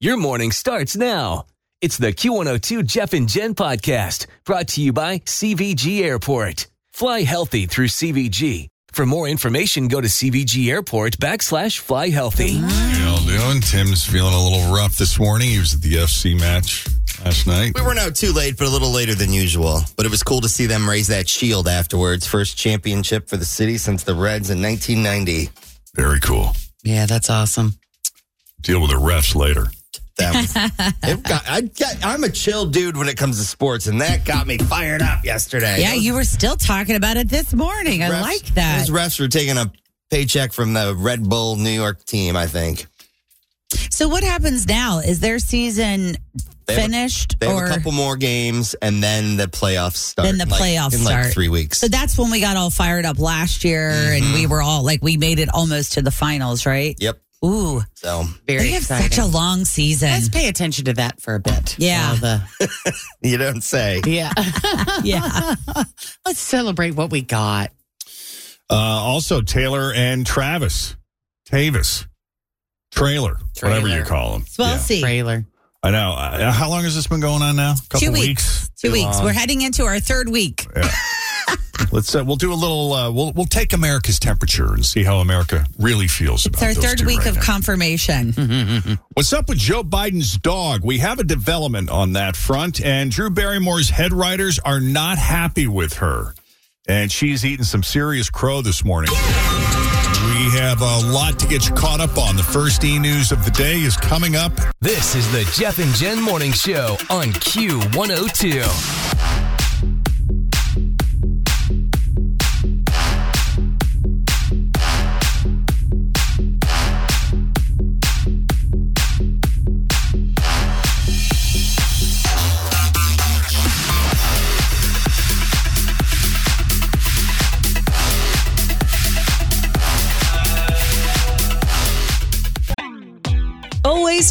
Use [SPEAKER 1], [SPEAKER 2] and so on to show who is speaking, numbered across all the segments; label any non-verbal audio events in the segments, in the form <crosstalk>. [SPEAKER 1] Your morning starts now. It's the Q102 Jeff and Jen podcast brought to you by CVG Airport. Fly healthy through CVG. For more information, go to CVG Airport backslash fly healthy.
[SPEAKER 2] How y'all doing? Tim's feeling a little rough this morning. He was at the FC match last night.
[SPEAKER 3] We weren't out too late, but a little later than usual. But it was cool to see them raise that shield afterwards. First championship for the city since the Reds in 1990.
[SPEAKER 2] Very cool.
[SPEAKER 4] Yeah, that's awesome.
[SPEAKER 2] Deal with the refs later.
[SPEAKER 3] That
[SPEAKER 4] <laughs>
[SPEAKER 3] was, it got, I got, I'm a chill dude when it comes to sports, and that got me fired up yesterday.
[SPEAKER 4] Yeah, you were still talking about it this morning. I
[SPEAKER 3] Refs-
[SPEAKER 4] like that.
[SPEAKER 3] Those refs were taking a paycheck from the Red Bull New York team, I think.
[SPEAKER 4] So what happens now? Is their season
[SPEAKER 3] They have a-
[SPEAKER 4] finished
[SPEAKER 3] They have
[SPEAKER 4] or
[SPEAKER 3] a couple more games, and then the playoffs start.
[SPEAKER 4] Then the
[SPEAKER 3] like,
[SPEAKER 4] playoffs
[SPEAKER 3] in like
[SPEAKER 4] start.
[SPEAKER 3] three weeks.
[SPEAKER 4] So that's when we got all fired up last year and
[SPEAKER 3] Mm-hmm.
[SPEAKER 4] we were all like we made it almost to the finals, right?
[SPEAKER 3] yep.
[SPEAKER 4] Ooh.
[SPEAKER 3] So
[SPEAKER 5] Very
[SPEAKER 4] they have
[SPEAKER 5] exciting.
[SPEAKER 4] such a long season.
[SPEAKER 5] Let's pay attention to that for a bit.
[SPEAKER 4] Yeah.
[SPEAKER 5] All the-
[SPEAKER 3] you don't say.
[SPEAKER 5] <laughs> yeah.
[SPEAKER 4] <laughs> yeah.
[SPEAKER 5] <laughs> Let's celebrate what we got.
[SPEAKER 2] Uh, also, Taylor and Travis. Tavis. Trailer, Whatever
[SPEAKER 5] Trailer.
[SPEAKER 2] you call him.
[SPEAKER 4] Well,
[SPEAKER 2] Yeah.
[SPEAKER 4] see.
[SPEAKER 5] Trailer.
[SPEAKER 2] I know. Uh, how long has this been going on now? A couple
[SPEAKER 4] Two weeks.
[SPEAKER 2] weeks.
[SPEAKER 4] Two
[SPEAKER 2] Too
[SPEAKER 4] weeks.
[SPEAKER 2] long.
[SPEAKER 4] We're heading into our third week.
[SPEAKER 2] Let's uh, we'll do a little uh, we'll we'll take America's temperature and see how America really feels
[SPEAKER 4] It's
[SPEAKER 2] about
[SPEAKER 4] our
[SPEAKER 2] those
[SPEAKER 4] third
[SPEAKER 2] two
[SPEAKER 4] week
[SPEAKER 2] right
[SPEAKER 4] of
[SPEAKER 2] now. Mm-hmm.
[SPEAKER 4] confirmation.
[SPEAKER 2] What's up with Joe Biden's dog? We have a development on that front, and Drew Barrymore's head writers are not happy with her. And she's eating some serious crow this morning. We have a lot to get you caught up on. The first e news of the day is coming up.
[SPEAKER 1] This is the Jeff and Jen Morning Show on Q102.
[SPEAKER 6] Always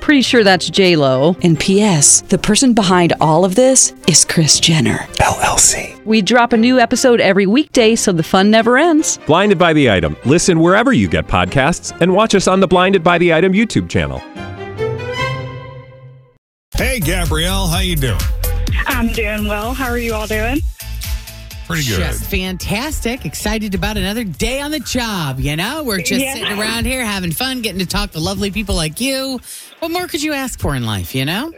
[SPEAKER 7] Pretty sure that's J Lo. And P.S. The person behind all of this is Chris Jenner LLC. We drop a new episode every weekday, so the fun never ends.
[SPEAKER 8] Blinded by the item. Listen wherever you get podcasts, and watch us on the Blinded by the Item YouTube channel.
[SPEAKER 2] Hey, Gabrielle, how you doing?
[SPEAKER 9] I'm doing well. How are you all doing?
[SPEAKER 2] Pretty good.
[SPEAKER 5] Just fantastic. Excited about another day on the job, you know? We're just
[SPEAKER 9] Yeah.
[SPEAKER 5] sitting around here having fun, getting to talk to lovely people like you. What more could you ask for in life, you know?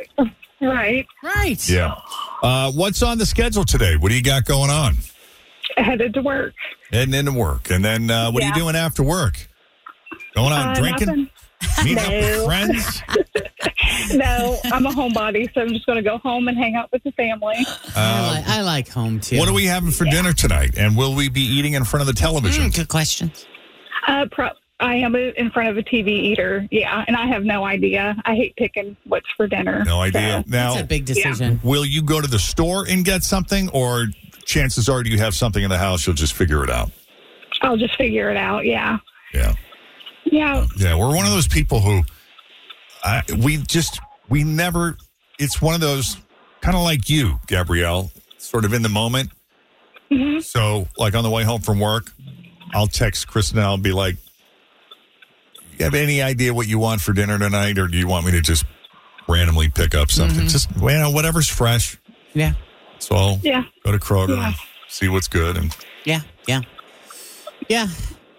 [SPEAKER 9] Right.
[SPEAKER 5] Right.
[SPEAKER 2] Yeah. Uh, what's on the schedule today? What do you got going on?
[SPEAKER 9] Headed to work.
[SPEAKER 2] Heading into work, and then uh, what are
[SPEAKER 9] Yeah.
[SPEAKER 2] you doing after work? Going out
[SPEAKER 9] Uh,
[SPEAKER 2] drinking,
[SPEAKER 9] nothing.
[SPEAKER 2] meeting up with
[SPEAKER 9] No. <laughs>
[SPEAKER 2] friends.
[SPEAKER 9] No, I'm a homebody, so I'm just going to go home and hang out with the family.
[SPEAKER 5] I, like, I like home too.
[SPEAKER 2] What are we having for dinner tonight? And will we be eating in front of the television?
[SPEAKER 5] Mm, good question.
[SPEAKER 9] Uh, pro- I am in front of a TV eater. Yeah, and I have no idea. I hate picking what's for dinner.
[SPEAKER 2] No idea.
[SPEAKER 5] Mm. That's
[SPEAKER 2] Now,
[SPEAKER 5] a big decision.
[SPEAKER 2] will you go to the store and get something, or chances are you have something in the house? You'll just figure it out.
[SPEAKER 9] so I'll just figure it out. Yeah.
[SPEAKER 2] Yeah,
[SPEAKER 9] Yeah.
[SPEAKER 2] yeah. We're one of those people who I, we just we never. It's one of those kind of like you, Gabrielle, sort of in the moment.
[SPEAKER 9] Mm-hmm.
[SPEAKER 2] So, like on the way home from work, I'll text Chris and I'll be like, "You have any idea what you want for dinner tonight, or do you want me to just randomly pick up something?
[SPEAKER 9] Mm-hmm.
[SPEAKER 2] Just you know, whatever's fresh."
[SPEAKER 5] Yeah.
[SPEAKER 2] So I'll
[SPEAKER 9] Yeah.
[SPEAKER 2] go to Kroger
[SPEAKER 9] Yeah.
[SPEAKER 2] and see what's good. And
[SPEAKER 5] Yeah, yeah, yeah.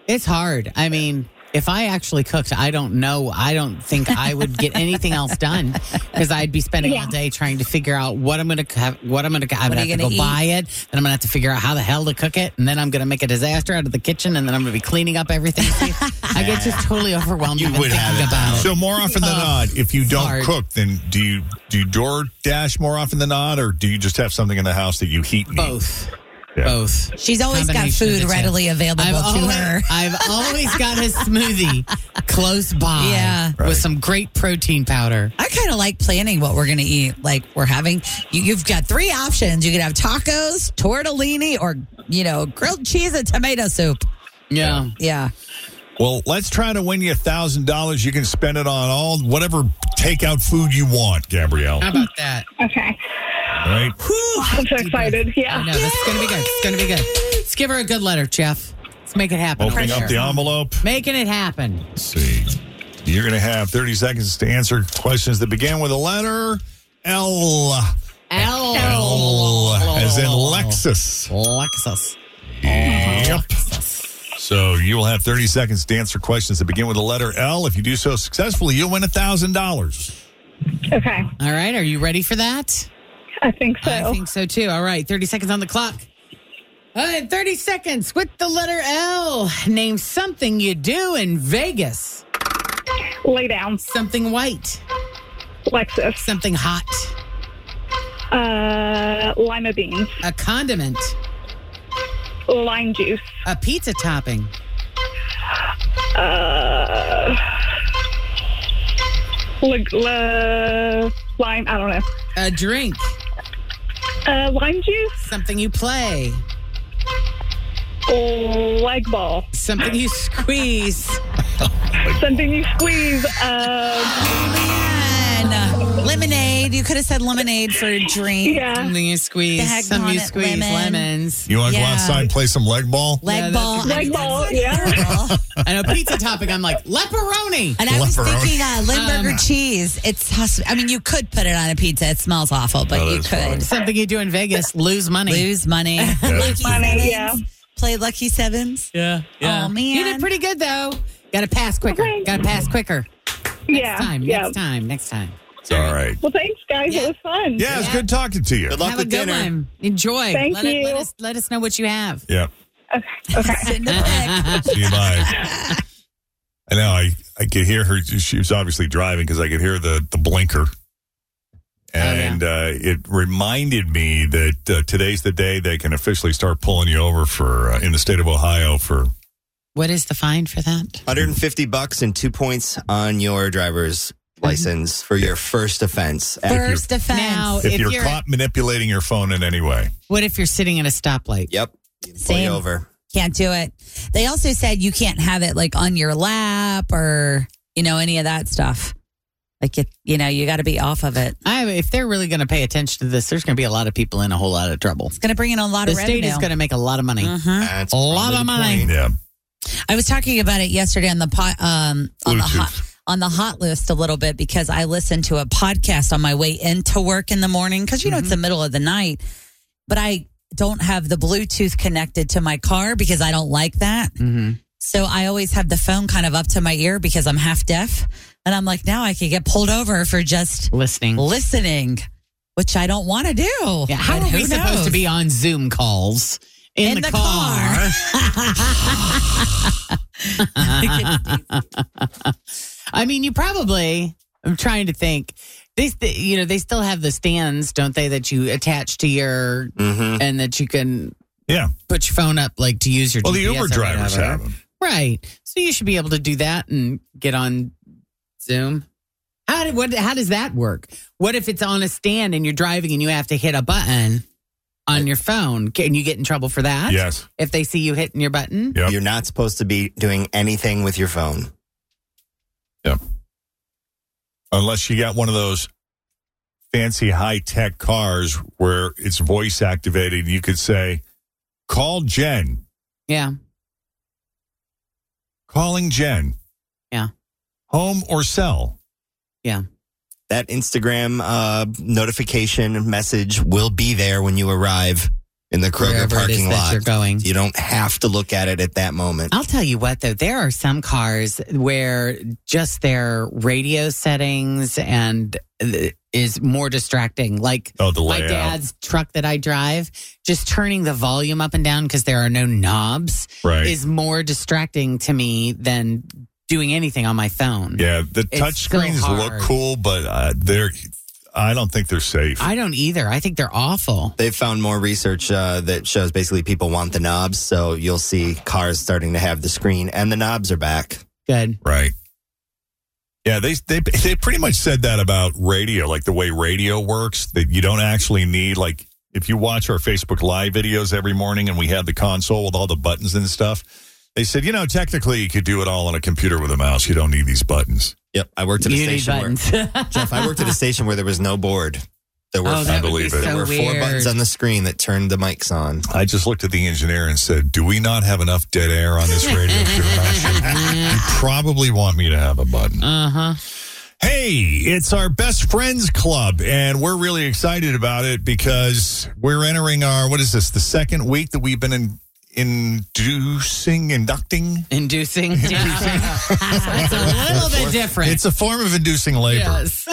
[SPEAKER 5] It's hard. I mean, If I actually cooked, I don't know. I don't think I would
[SPEAKER 4] <laughs>
[SPEAKER 5] get anything else done because I'd be spending all day trying to figure out what I'm going to have. What I'm going to. I'm
[SPEAKER 4] What
[SPEAKER 5] going
[SPEAKER 4] are
[SPEAKER 5] to
[SPEAKER 4] you
[SPEAKER 5] have to go
[SPEAKER 4] gonna
[SPEAKER 5] buy
[SPEAKER 4] eat?
[SPEAKER 5] it, and I'm going to have to figure out how the hell to cook it, and then I'm going to make a disaster out of the kitchen, and then I'm going to be cleaning up everything. See, I get
[SPEAKER 4] <laughs>
[SPEAKER 5] just totally overwhelmed. even thinking about it.
[SPEAKER 2] So more often than
[SPEAKER 5] Oh,
[SPEAKER 2] not, if you don't
[SPEAKER 5] Lord.
[SPEAKER 2] cook, then do you do you door dash more often than not, or do you just have something in the house that you heat? And
[SPEAKER 5] Both.
[SPEAKER 2] Both.
[SPEAKER 4] She's always got
[SPEAKER 5] Combination of
[SPEAKER 4] food
[SPEAKER 5] the two.
[SPEAKER 4] readily available
[SPEAKER 5] I've
[SPEAKER 4] to
[SPEAKER 5] always,
[SPEAKER 4] her.
[SPEAKER 3] <laughs>
[SPEAKER 5] I've always got a smoothie close by.
[SPEAKER 4] Yeah.
[SPEAKER 5] With some great protein powder.
[SPEAKER 4] I kind of like planning what we're going to eat. Like we're having, you, you've got three options. You could have tacos, tortellini, or you know, grilled cheese and tomato soup.
[SPEAKER 5] Yeah.
[SPEAKER 4] Yeah,
[SPEAKER 2] Well, let's try to win you a thousand dollars. You can spend it on all whatever takeout food you want, Gabrielle.
[SPEAKER 5] How
[SPEAKER 2] All
[SPEAKER 5] about that?
[SPEAKER 9] Okay.
[SPEAKER 2] right.
[SPEAKER 9] I'm so excited.
[SPEAKER 5] I
[SPEAKER 9] Yeah.
[SPEAKER 5] know. This is going to be good. It's going to be good. Let's give her a good letter, Jeff. Let's make it happen.
[SPEAKER 2] Opening
[SPEAKER 5] over
[SPEAKER 2] up
[SPEAKER 5] here.
[SPEAKER 2] the envelope.
[SPEAKER 5] Making it happen.
[SPEAKER 2] Let's see. You're going to have 30 seconds to answer questions that begin with a letter L.
[SPEAKER 5] L.
[SPEAKER 2] L as in Lexus.
[SPEAKER 5] Lexus.
[SPEAKER 2] Yep. So you will have 30 seconds to answer questions that begin with the letter L. If you do so successfully, you'll win $1,000.
[SPEAKER 9] Okay.
[SPEAKER 5] All right. Are you ready for that?
[SPEAKER 9] I think so.
[SPEAKER 5] I think so too. All right. 30 seconds on the clock. All right. 30 seconds with the letter L. Name something you do in Vegas.
[SPEAKER 9] Lay down.
[SPEAKER 5] Something white.
[SPEAKER 9] Lexus.
[SPEAKER 5] Something hot.
[SPEAKER 9] Uh, lima beans.
[SPEAKER 5] A condiment.
[SPEAKER 9] Lime juice.
[SPEAKER 5] A pizza topping.
[SPEAKER 9] Uh, lig- uh, lime. I don't know.
[SPEAKER 5] A drink.
[SPEAKER 9] Uh, lime juice.
[SPEAKER 5] Something you play.
[SPEAKER 9] Leg ball.
[SPEAKER 5] Something you squeeze.
[SPEAKER 9] Something you squeeze. Um,
[SPEAKER 4] and uh, lemonade. You could have said lemonade for a drink.
[SPEAKER 9] yeah.
[SPEAKER 5] Something you squeeze.
[SPEAKER 4] Dag
[SPEAKER 5] Something you
[SPEAKER 4] nabbit,
[SPEAKER 5] squeeze.
[SPEAKER 4] lemon.
[SPEAKER 5] Lemons.
[SPEAKER 2] You want to go
[SPEAKER 4] Yeah.
[SPEAKER 2] outside and play some leg ball?
[SPEAKER 4] Leg
[SPEAKER 5] Yeah, that's
[SPEAKER 4] ball.
[SPEAKER 5] a good
[SPEAKER 4] I mean,
[SPEAKER 9] Leg ball,
[SPEAKER 4] that's
[SPEAKER 9] yeah.
[SPEAKER 4] adorable.
[SPEAKER 5] And a pizza topping. I'm like, pepperoni.
[SPEAKER 4] And I was
[SPEAKER 2] Leper.
[SPEAKER 4] thinking uh, Limburger cheese. It's, hus- I mean, you could put it on a pizza. It smells awful, but
[SPEAKER 2] Oh,
[SPEAKER 4] you
[SPEAKER 2] that's
[SPEAKER 4] could
[SPEAKER 5] Something you do in Vegas. Lose money.
[SPEAKER 4] lose money.
[SPEAKER 2] that's
[SPEAKER 4] lucky
[SPEAKER 2] true.
[SPEAKER 4] sevens.
[SPEAKER 9] Yeah.
[SPEAKER 4] Play lucky sevens.
[SPEAKER 5] Yeah.
[SPEAKER 4] yeah. Aw, man.
[SPEAKER 5] You did pretty good though. Gotta pass quicker.
[SPEAKER 9] Okay.
[SPEAKER 5] Gotta pass quicker.
[SPEAKER 9] Yeah.
[SPEAKER 5] Next time.
[SPEAKER 9] yeah.
[SPEAKER 5] Next time. Next time.
[SPEAKER 2] All right.
[SPEAKER 9] Well, thanks, guys.
[SPEAKER 5] Yeah.
[SPEAKER 9] It was fun.
[SPEAKER 2] Yeah, it's good talking to you.
[SPEAKER 3] Good luck
[SPEAKER 5] have a
[SPEAKER 3] with
[SPEAKER 5] good
[SPEAKER 3] dinner.
[SPEAKER 5] one. Enjoy.
[SPEAKER 9] Thank
[SPEAKER 5] let, It, let
[SPEAKER 9] you.
[SPEAKER 5] us let us know what you have. <laughs>
[SPEAKER 2] Yeah.
[SPEAKER 9] Okay. okay.
[SPEAKER 4] Send it back.
[SPEAKER 2] See you, bye. <laughs> I know. I, I could hear her. She was obviously driving because I could hear the, the blinker. And uh, it reminded me that uh, today's the day they can officially start pulling you over for uh, in the state of Ohio for
[SPEAKER 5] What is the fine for that?
[SPEAKER 3] 150 bucks and two points on your driver's
[SPEAKER 5] Mm-hmm.
[SPEAKER 3] license for your first offense.
[SPEAKER 4] First offense.
[SPEAKER 5] Now,
[SPEAKER 2] if,
[SPEAKER 5] If
[SPEAKER 2] you're,
[SPEAKER 5] you're-
[SPEAKER 2] caught manipulating your phone in any way.
[SPEAKER 5] What if you're sitting at a stoplight?
[SPEAKER 3] Yep. Pull you
[SPEAKER 4] Same.
[SPEAKER 3] over.
[SPEAKER 4] Can't do it. They also said you can't have it like on your lap or, you know, any of that stuff. Like, it, you know, you got to be off of it.
[SPEAKER 5] I, if they're really going to pay attention to this, there's going to be a lot of people in a whole lot of trouble.
[SPEAKER 4] It's going to bring in a lot
[SPEAKER 5] The
[SPEAKER 4] of revenue.
[SPEAKER 5] state is going to make a lot of money.
[SPEAKER 4] Mhm.
[SPEAKER 3] That's
[SPEAKER 5] Mm-hmm. A lot
[SPEAKER 3] probably
[SPEAKER 5] of
[SPEAKER 3] the
[SPEAKER 5] money.
[SPEAKER 3] point.
[SPEAKER 2] Yeah.
[SPEAKER 4] I was talking about it yesterday on the pot, um, on the hot,
[SPEAKER 2] Bluetooth.
[SPEAKER 4] on the hot list a little bit because I listened to a podcast on my way into work in the morning because you know it's
[SPEAKER 5] Mm-hmm.
[SPEAKER 4] the middle of the night, but I don't have the Bluetooth connected to my car because I don't like that.
[SPEAKER 5] Mm-hmm.
[SPEAKER 4] So I always have the phone kind of up to my ear because I'm half deaf, and I'm like now I could get pulled over for just
[SPEAKER 5] Listening.
[SPEAKER 4] listening, which I don't want to do.
[SPEAKER 5] Mm-hmm. Yeah, how
[SPEAKER 4] But
[SPEAKER 5] are
[SPEAKER 4] who
[SPEAKER 5] we supposed
[SPEAKER 4] knows?
[SPEAKER 5] to be on Zoom calls in,
[SPEAKER 4] In the car. <laughs>
[SPEAKER 5] <laughs> I mean, you probably. I'm trying to think. They, st- you know, they still have the stands, don't they? That you attach to your
[SPEAKER 3] Mhm.
[SPEAKER 5] and that you can
[SPEAKER 2] Yeah.
[SPEAKER 5] put your phone up like to use your.
[SPEAKER 2] Well, the
[SPEAKER 5] GPS
[SPEAKER 2] Uber
[SPEAKER 5] or
[SPEAKER 2] drivers
[SPEAKER 5] whatever.
[SPEAKER 2] have them.
[SPEAKER 5] right? So you should be able to do that and get on Zoom. How did what? How does that work? What if it's on a stand and you're driving and you have to hit a button on your phone? Can you get in trouble for that?
[SPEAKER 2] Yes.
[SPEAKER 5] If they see you hitting your button,
[SPEAKER 2] Yep.
[SPEAKER 3] You're not supposed to be doing anything with your phone.
[SPEAKER 2] Unless you got one of those fancy high tech cars where it's voice activated, you could say, call Jen,
[SPEAKER 5] yeah.
[SPEAKER 2] calling Jen.
[SPEAKER 5] Yeah.
[SPEAKER 2] Home or cell.
[SPEAKER 3] That Instagram uh, notification message will be there when you arrive. in the Kroger
[SPEAKER 5] Wherever it is
[SPEAKER 3] parking
[SPEAKER 5] that
[SPEAKER 3] lot.
[SPEAKER 5] you're going. Oh.
[SPEAKER 3] You don't have to look at it at that moment.
[SPEAKER 5] I'll tell you what, though, there are some cars where just their radio settings and uh, is more distracting. Like
[SPEAKER 2] Oh, the
[SPEAKER 5] my
[SPEAKER 2] layout.
[SPEAKER 5] dad's truck that I drive, just turning the volume up and down because there are no knobs
[SPEAKER 2] right.
[SPEAKER 5] is more distracting to me than doing anything on my phone.
[SPEAKER 2] yeah, the
[SPEAKER 5] It's
[SPEAKER 2] touch screens
[SPEAKER 5] so
[SPEAKER 2] look
[SPEAKER 5] hard.
[SPEAKER 2] cool, but uh, they're I don't think they're safe.
[SPEAKER 5] I don't either. I think they're awful.
[SPEAKER 3] They've found more research uh, that shows basically people want the knobs, so you'll see cars starting to have the screen and the knobs are back.
[SPEAKER 5] Good.
[SPEAKER 2] Right. Yeah, they, they they pretty much said that about radio, like the way radio works, that you don't actually need like if you watch our Facebook live videos every morning and we have the console with all the buttons and stuff, they said, you know, technically you could do it all on a computer with a mouse. You don't need these buttons.
[SPEAKER 3] Yep, I worked at a
[SPEAKER 5] You need
[SPEAKER 3] station where <laughs>
[SPEAKER 5] buttons. <laughs>
[SPEAKER 3] Jeff, I worked at a station where there was no board. There were
[SPEAKER 5] Oh, that
[SPEAKER 2] would be
[SPEAKER 3] there
[SPEAKER 2] so
[SPEAKER 3] were four
[SPEAKER 5] weird.
[SPEAKER 3] buttons on the screen that turned the mics on.
[SPEAKER 2] I just looked at the engineer and said, "Do we not have enough dead air on this radio station? you probably want me to have a button."
[SPEAKER 5] Uh huh.
[SPEAKER 2] Hey, it's our best friends club, and we're really excited about it because we're entering our what is this? The second week that we've been in, inducing, inducting. <laughs>
[SPEAKER 5] Inducing. <laughs> it's a little bit different.
[SPEAKER 2] It's a form of inducing labor.
[SPEAKER 5] yes.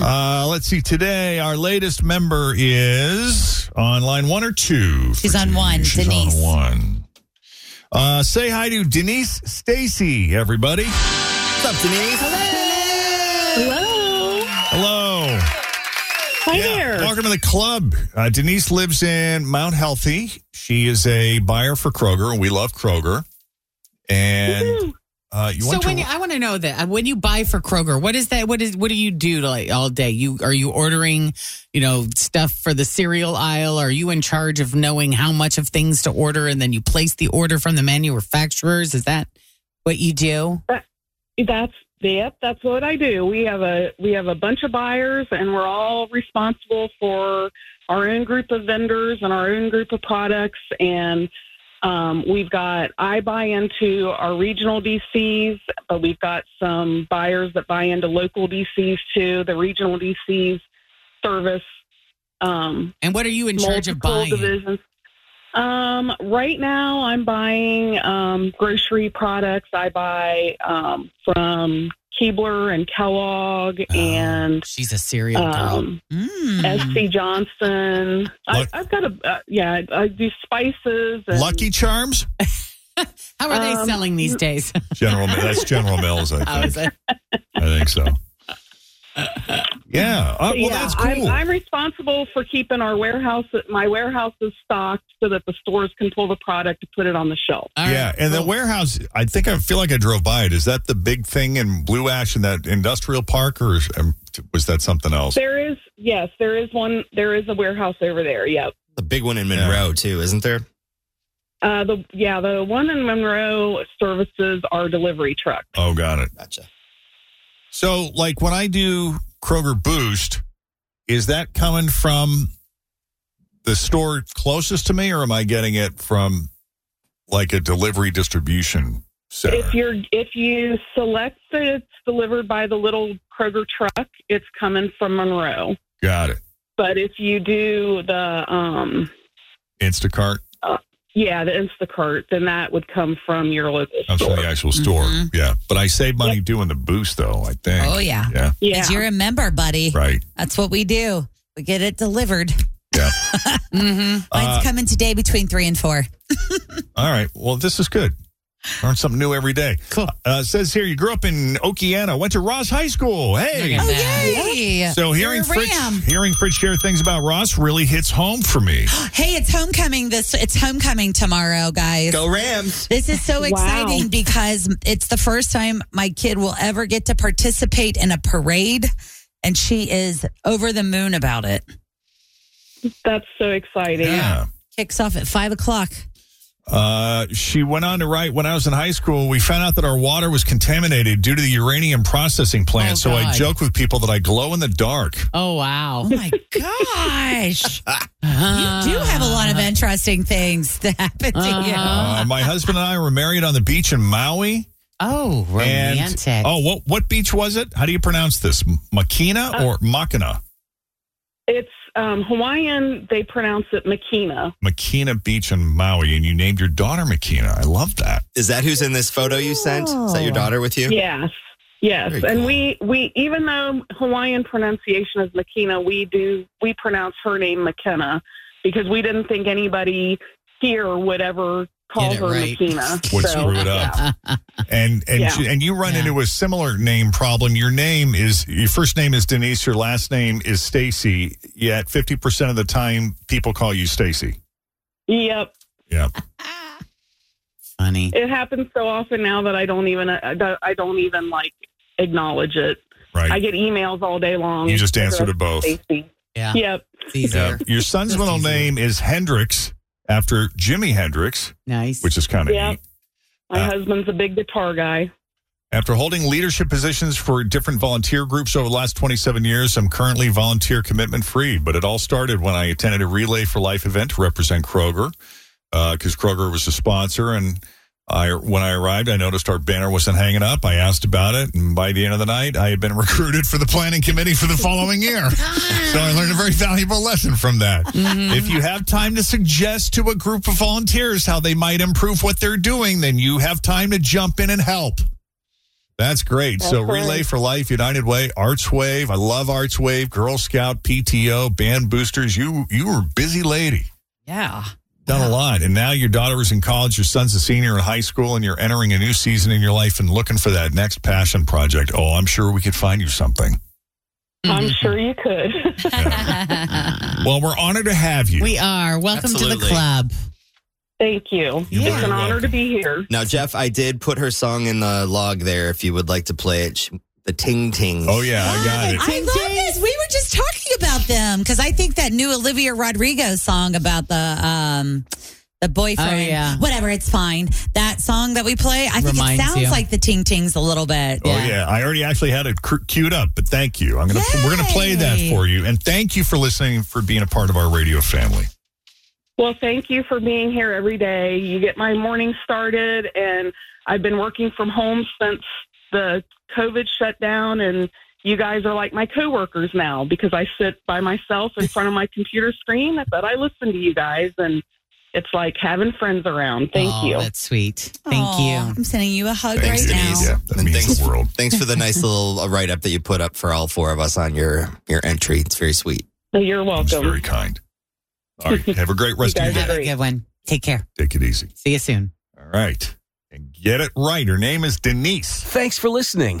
[SPEAKER 2] Uh, let's see. Today, our latest member is on line one or two. for
[SPEAKER 4] She's on
[SPEAKER 2] today.
[SPEAKER 4] one,
[SPEAKER 2] She's
[SPEAKER 4] Denise.
[SPEAKER 2] on one. Uh, say hi to Denise Stacy, everybody.
[SPEAKER 3] What's up, Denise?
[SPEAKER 9] Hello.
[SPEAKER 2] Hello.
[SPEAKER 9] Hi
[SPEAKER 2] Yeah,
[SPEAKER 9] there.
[SPEAKER 2] Welcome to the club. Uh, Denise lives in Mount Healthy. She is a buyer for Kroger, and we love Kroger. And uh, you
[SPEAKER 5] so
[SPEAKER 2] want
[SPEAKER 5] when
[SPEAKER 2] to
[SPEAKER 5] you, I want to know that uh, when you buy for Kroger, what is that? What is what do you do to like all day? You are you ordering, you know, stuff for the cereal aisle? Are you in charge of knowing how much of things to order and then you place the order from the manufacturers? Is that what you do?
[SPEAKER 9] That's yep. That's what I do. We have a we have a bunch of buyers, and we're all responsible for our own group of vendors and our own group of products. And um, we've got I buy into our regional DCs, but we've got some buyers that buy into local DCs too. The regional DCs service um,
[SPEAKER 5] And what are you in charge of
[SPEAKER 9] multiple
[SPEAKER 5] buying?
[SPEAKER 9] divisions. Um, right now, I'm buying um, grocery products. I buy um, from Keebler and Kellogg
[SPEAKER 5] Oh,
[SPEAKER 9] and
[SPEAKER 5] she's a cereal girl. Hmm.
[SPEAKER 9] um,
[SPEAKER 4] Mm.
[SPEAKER 5] Mm-hmm.
[SPEAKER 9] S.C. Johnson. I,
[SPEAKER 2] Luck-
[SPEAKER 9] I've got a uh, yeah. I do spices. And,
[SPEAKER 2] Lucky Charms?
[SPEAKER 5] How are they
[SPEAKER 9] um,
[SPEAKER 5] selling these days? <laughs>
[SPEAKER 2] General Mills. That's General Mills,
[SPEAKER 5] How
[SPEAKER 2] I
[SPEAKER 5] is
[SPEAKER 2] think.
[SPEAKER 5] it?
[SPEAKER 2] I think so. Yeah. Uh, well,
[SPEAKER 9] yeah,
[SPEAKER 2] that's cool.
[SPEAKER 9] I'm, I'm responsible for keeping our warehouse, my warehouses stocked, so that the stores can pull the product to put it on the shelf.
[SPEAKER 5] All right.
[SPEAKER 2] yeah, and the warehouse. I think I feel like I drove by it. Is that the big thing in Blue Ash in that industrial park, or is- um, was that something else?
[SPEAKER 9] There is yes, there is one. There is a warehouse over there. Yep.
[SPEAKER 3] The big one in Monroe too, isn't there?
[SPEAKER 9] Uh, the yeah, the one in Monroe services our delivery truck.
[SPEAKER 2] Oh, got it.
[SPEAKER 3] Gotcha.
[SPEAKER 2] So, like when I do Kroger Boost, is that coming from the store closest to me, or am I getting it from like a delivery distribution
[SPEAKER 9] If
[SPEAKER 2] center?
[SPEAKER 9] you're if you select that it's delivered by the little Kroger truck, it's coming from Monroe.
[SPEAKER 2] Got it.
[SPEAKER 9] But if you do the um
[SPEAKER 2] Instacart.
[SPEAKER 9] yeah the Instacart, then that would come from your local
[SPEAKER 2] That's from
[SPEAKER 9] store.
[SPEAKER 2] the actual store.
[SPEAKER 4] Mhm.
[SPEAKER 2] Yeah, but I save money doing the Boost, though. I think.
[SPEAKER 4] Oh, yeah.
[SPEAKER 2] Yeah.
[SPEAKER 9] Yeah,
[SPEAKER 4] Because you're a member, buddy.
[SPEAKER 2] Right.
[SPEAKER 4] That's what we do. We get it delivered. <laughs> Mm-hmm.
[SPEAKER 2] Yeah.
[SPEAKER 4] Mine's
[SPEAKER 2] Uh,
[SPEAKER 4] coming today between three and four.
[SPEAKER 2] All right. Well, this is good. Learn something new every day.
[SPEAKER 5] Cool.
[SPEAKER 2] Uh, it says here you grew up in Okeana, went to Ross High School. Hey.
[SPEAKER 5] Look at that.
[SPEAKER 4] yay!
[SPEAKER 2] Oh, So hearing
[SPEAKER 4] You're a
[SPEAKER 2] Fritz,
[SPEAKER 4] Ram.
[SPEAKER 2] hearing Fritz share things about Ross really hits home for me.
[SPEAKER 4] Hey, it's homecoming this. It's homecoming tomorrow, guys.
[SPEAKER 3] Go Rams.
[SPEAKER 4] This is so exciting because it's the first time my kid will ever get to participate in a parade, and she is over the moon about it.
[SPEAKER 9] that's so exciting.
[SPEAKER 4] Kicks off at five o'clock.
[SPEAKER 2] Uh, she went on to write, when I was in high school, we found out that our water was contaminated due to the uranium processing plant.
[SPEAKER 5] Oh,
[SPEAKER 2] so I
[SPEAKER 5] God.
[SPEAKER 2] joke with people that I glow in the dark.
[SPEAKER 5] Oh wow.
[SPEAKER 4] Oh my
[SPEAKER 5] <laughs>
[SPEAKER 4] gosh!
[SPEAKER 5] Uh-huh.
[SPEAKER 4] you do have a
[SPEAKER 2] <laughs>
[SPEAKER 4] lot of interesting things that happen to
[SPEAKER 5] Uh-huh.
[SPEAKER 2] Uh, my husband and I were married on the beach in Maui.
[SPEAKER 5] Oh,
[SPEAKER 2] and-
[SPEAKER 5] romantic.
[SPEAKER 9] Uh,
[SPEAKER 2] oh, what what beach was it? How do you pronounce this? Makina or Makina?
[SPEAKER 9] It's um, Hawaiian. They pronounce it Makina.
[SPEAKER 2] Makina Beach in Maui, and you named your daughter Makina. I love that.
[SPEAKER 3] Is that who's in this photo you sent? Is
[SPEAKER 5] Oh.
[SPEAKER 3] that your daughter with you?
[SPEAKER 9] <laughs> Yes. Yes.
[SPEAKER 3] Very
[SPEAKER 9] And
[SPEAKER 3] cool.
[SPEAKER 9] we, we, even though Hawaiian pronunciation is Makina, we do, we pronounce her name McKenna because we didn't think anybody here would ever call
[SPEAKER 5] Get it
[SPEAKER 9] her
[SPEAKER 5] right.
[SPEAKER 9] Makina.
[SPEAKER 2] Would screw it up. And and
[SPEAKER 9] Yeah.
[SPEAKER 2] you- and you run
[SPEAKER 5] Yeah.
[SPEAKER 2] into a similar name problem. Your name is your first name is Denise, your last name is Stacy. Yet fifty percent of the time, people call you Stacy.
[SPEAKER 9] Yep.
[SPEAKER 2] Yeah,
[SPEAKER 5] Funny.
[SPEAKER 9] It happens so often now that I don't even, I don't even like acknowledge it. I
[SPEAKER 2] right.
[SPEAKER 9] get emails all day long.
[SPEAKER 2] You just answer to both. Uh,
[SPEAKER 9] Stacy.
[SPEAKER 5] Yeah.
[SPEAKER 9] Yep.
[SPEAKER 5] It's easier.
[SPEAKER 2] Yeah. Your son's
[SPEAKER 5] That's
[SPEAKER 2] middle
[SPEAKER 5] easier.
[SPEAKER 2] name is Hendrix after Jimi Hendrix,
[SPEAKER 5] Nice.
[SPEAKER 2] which is kind of
[SPEAKER 9] Yeah.
[SPEAKER 2] neat.
[SPEAKER 9] My
[SPEAKER 2] Uh,
[SPEAKER 9] husband's a big
[SPEAKER 2] <laughs>
[SPEAKER 9] guitar guy.
[SPEAKER 2] After holding leadership positions for different volunteer groups over the last 27 years, I'm currently volunteer commitment free. But it all started when I attended a Relay for Life event to represent Kroger, because uh, Kroger was a sponsor. And I, when I arrived, I noticed our banner wasn't hanging up. I asked about it, and by the end of the night, I had been <laughs> recruited for the planning committee for the following year. so I learned a very valuable lesson from that. If you have time to suggest to a group of volunteers how they might improve what they're doing, then you have time to jump in and help. That's great. so
[SPEAKER 9] That's right.
[SPEAKER 2] Relay for Life, United Way, Arts Wave. I love Arts Wave, Girl Scout, PTO, Band Boosters. You you were a busy lady.
[SPEAKER 5] yeah.
[SPEAKER 2] Done a lot. And now your daughter is in college, your son's a senior in high school, and you're entering a new season in your life and looking for that next passion project. Oh, I'm sure we could find you something.
[SPEAKER 9] I'm sure you could. <laughs>
[SPEAKER 4] <laughs>
[SPEAKER 2] Well, we're honored to have you.
[SPEAKER 5] We are. Welcome to the
[SPEAKER 3] Absolutely.
[SPEAKER 5] club.
[SPEAKER 9] Thank you.
[SPEAKER 2] You're
[SPEAKER 9] it's
[SPEAKER 2] very
[SPEAKER 9] an honor
[SPEAKER 2] welcome.
[SPEAKER 9] to be here.
[SPEAKER 3] Now, Jeff, I did put her song in the log there if you would like to play it. She- The Ting Ting.
[SPEAKER 2] oh, yeah,
[SPEAKER 5] Ah,
[SPEAKER 2] I got it.
[SPEAKER 4] I love this. We were just talking about them because I think that new Olivia Rodrigo song about the um the boyfriend,
[SPEAKER 5] Oh, yeah.
[SPEAKER 4] whatever, it's fine. That song that we play, I think
[SPEAKER 5] Reminds
[SPEAKER 4] it sounds
[SPEAKER 5] you.
[SPEAKER 4] like the Ting Tings a little bit.
[SPEAKER 2] Oh yeah, I already actually had it cr- queued up, but thank you. I'm gonna we're gonna play that
[SPEAKER 4] Yay.
[SPEAKER 2] for you, and thank you for listening for being a part of our radio family.
[SPEAKER 9] Well, thank you for being here every day. You get my morning started, and I've been working from home since the COVID shutdown. And you guys are like my coworkers now because I sit by myself in front of my computer screen, but I listen to you guys, and it's like having friends around. Thank
[SPEAKER 5] Oh,
[SPEAKER 9] you.
[SPEAKER 5] That's sweet. Thank
[SPEAKER 4] Aw,
[SPEAKER 5] you.
[SPEAKER 4] I'm sending you a hug
[SPEAKER 3] Thanks,
[SPEAKER 4] right now.
[SPEAKER 3] Denise.
[SPEAKER 2] Yeah, that
[SPEAKER 3] And
[SPEAKER 2] means
[SPEAKER 3] thanks-
[SPEAKER 2] the world.
[SPEAKER 3] Thanks for the
[SPEAKER 5] <laughs>
[SPEAKER 3] nice little write up that you put up for all four of us on your your entry. It's very sweet.
[SPEAKER 9] You're
[SPEAKER 2] It's
[SPEAKER 9] welcome.
[SPEAKER 2] very kind. All right, have a great rest of your
[SPEAKER 9] guys
[SPEAKER 2] day.
[SPEAKER 9] are
[SPEAKER 5] Have a good one. Take care.
[SPEAKER 2] Take it easy.
[SPEAKER 5] See you soon.
[SPEAKER 2] All right, and get it right. Her name is Denise.
[SPEAKER 1] Thanks for listening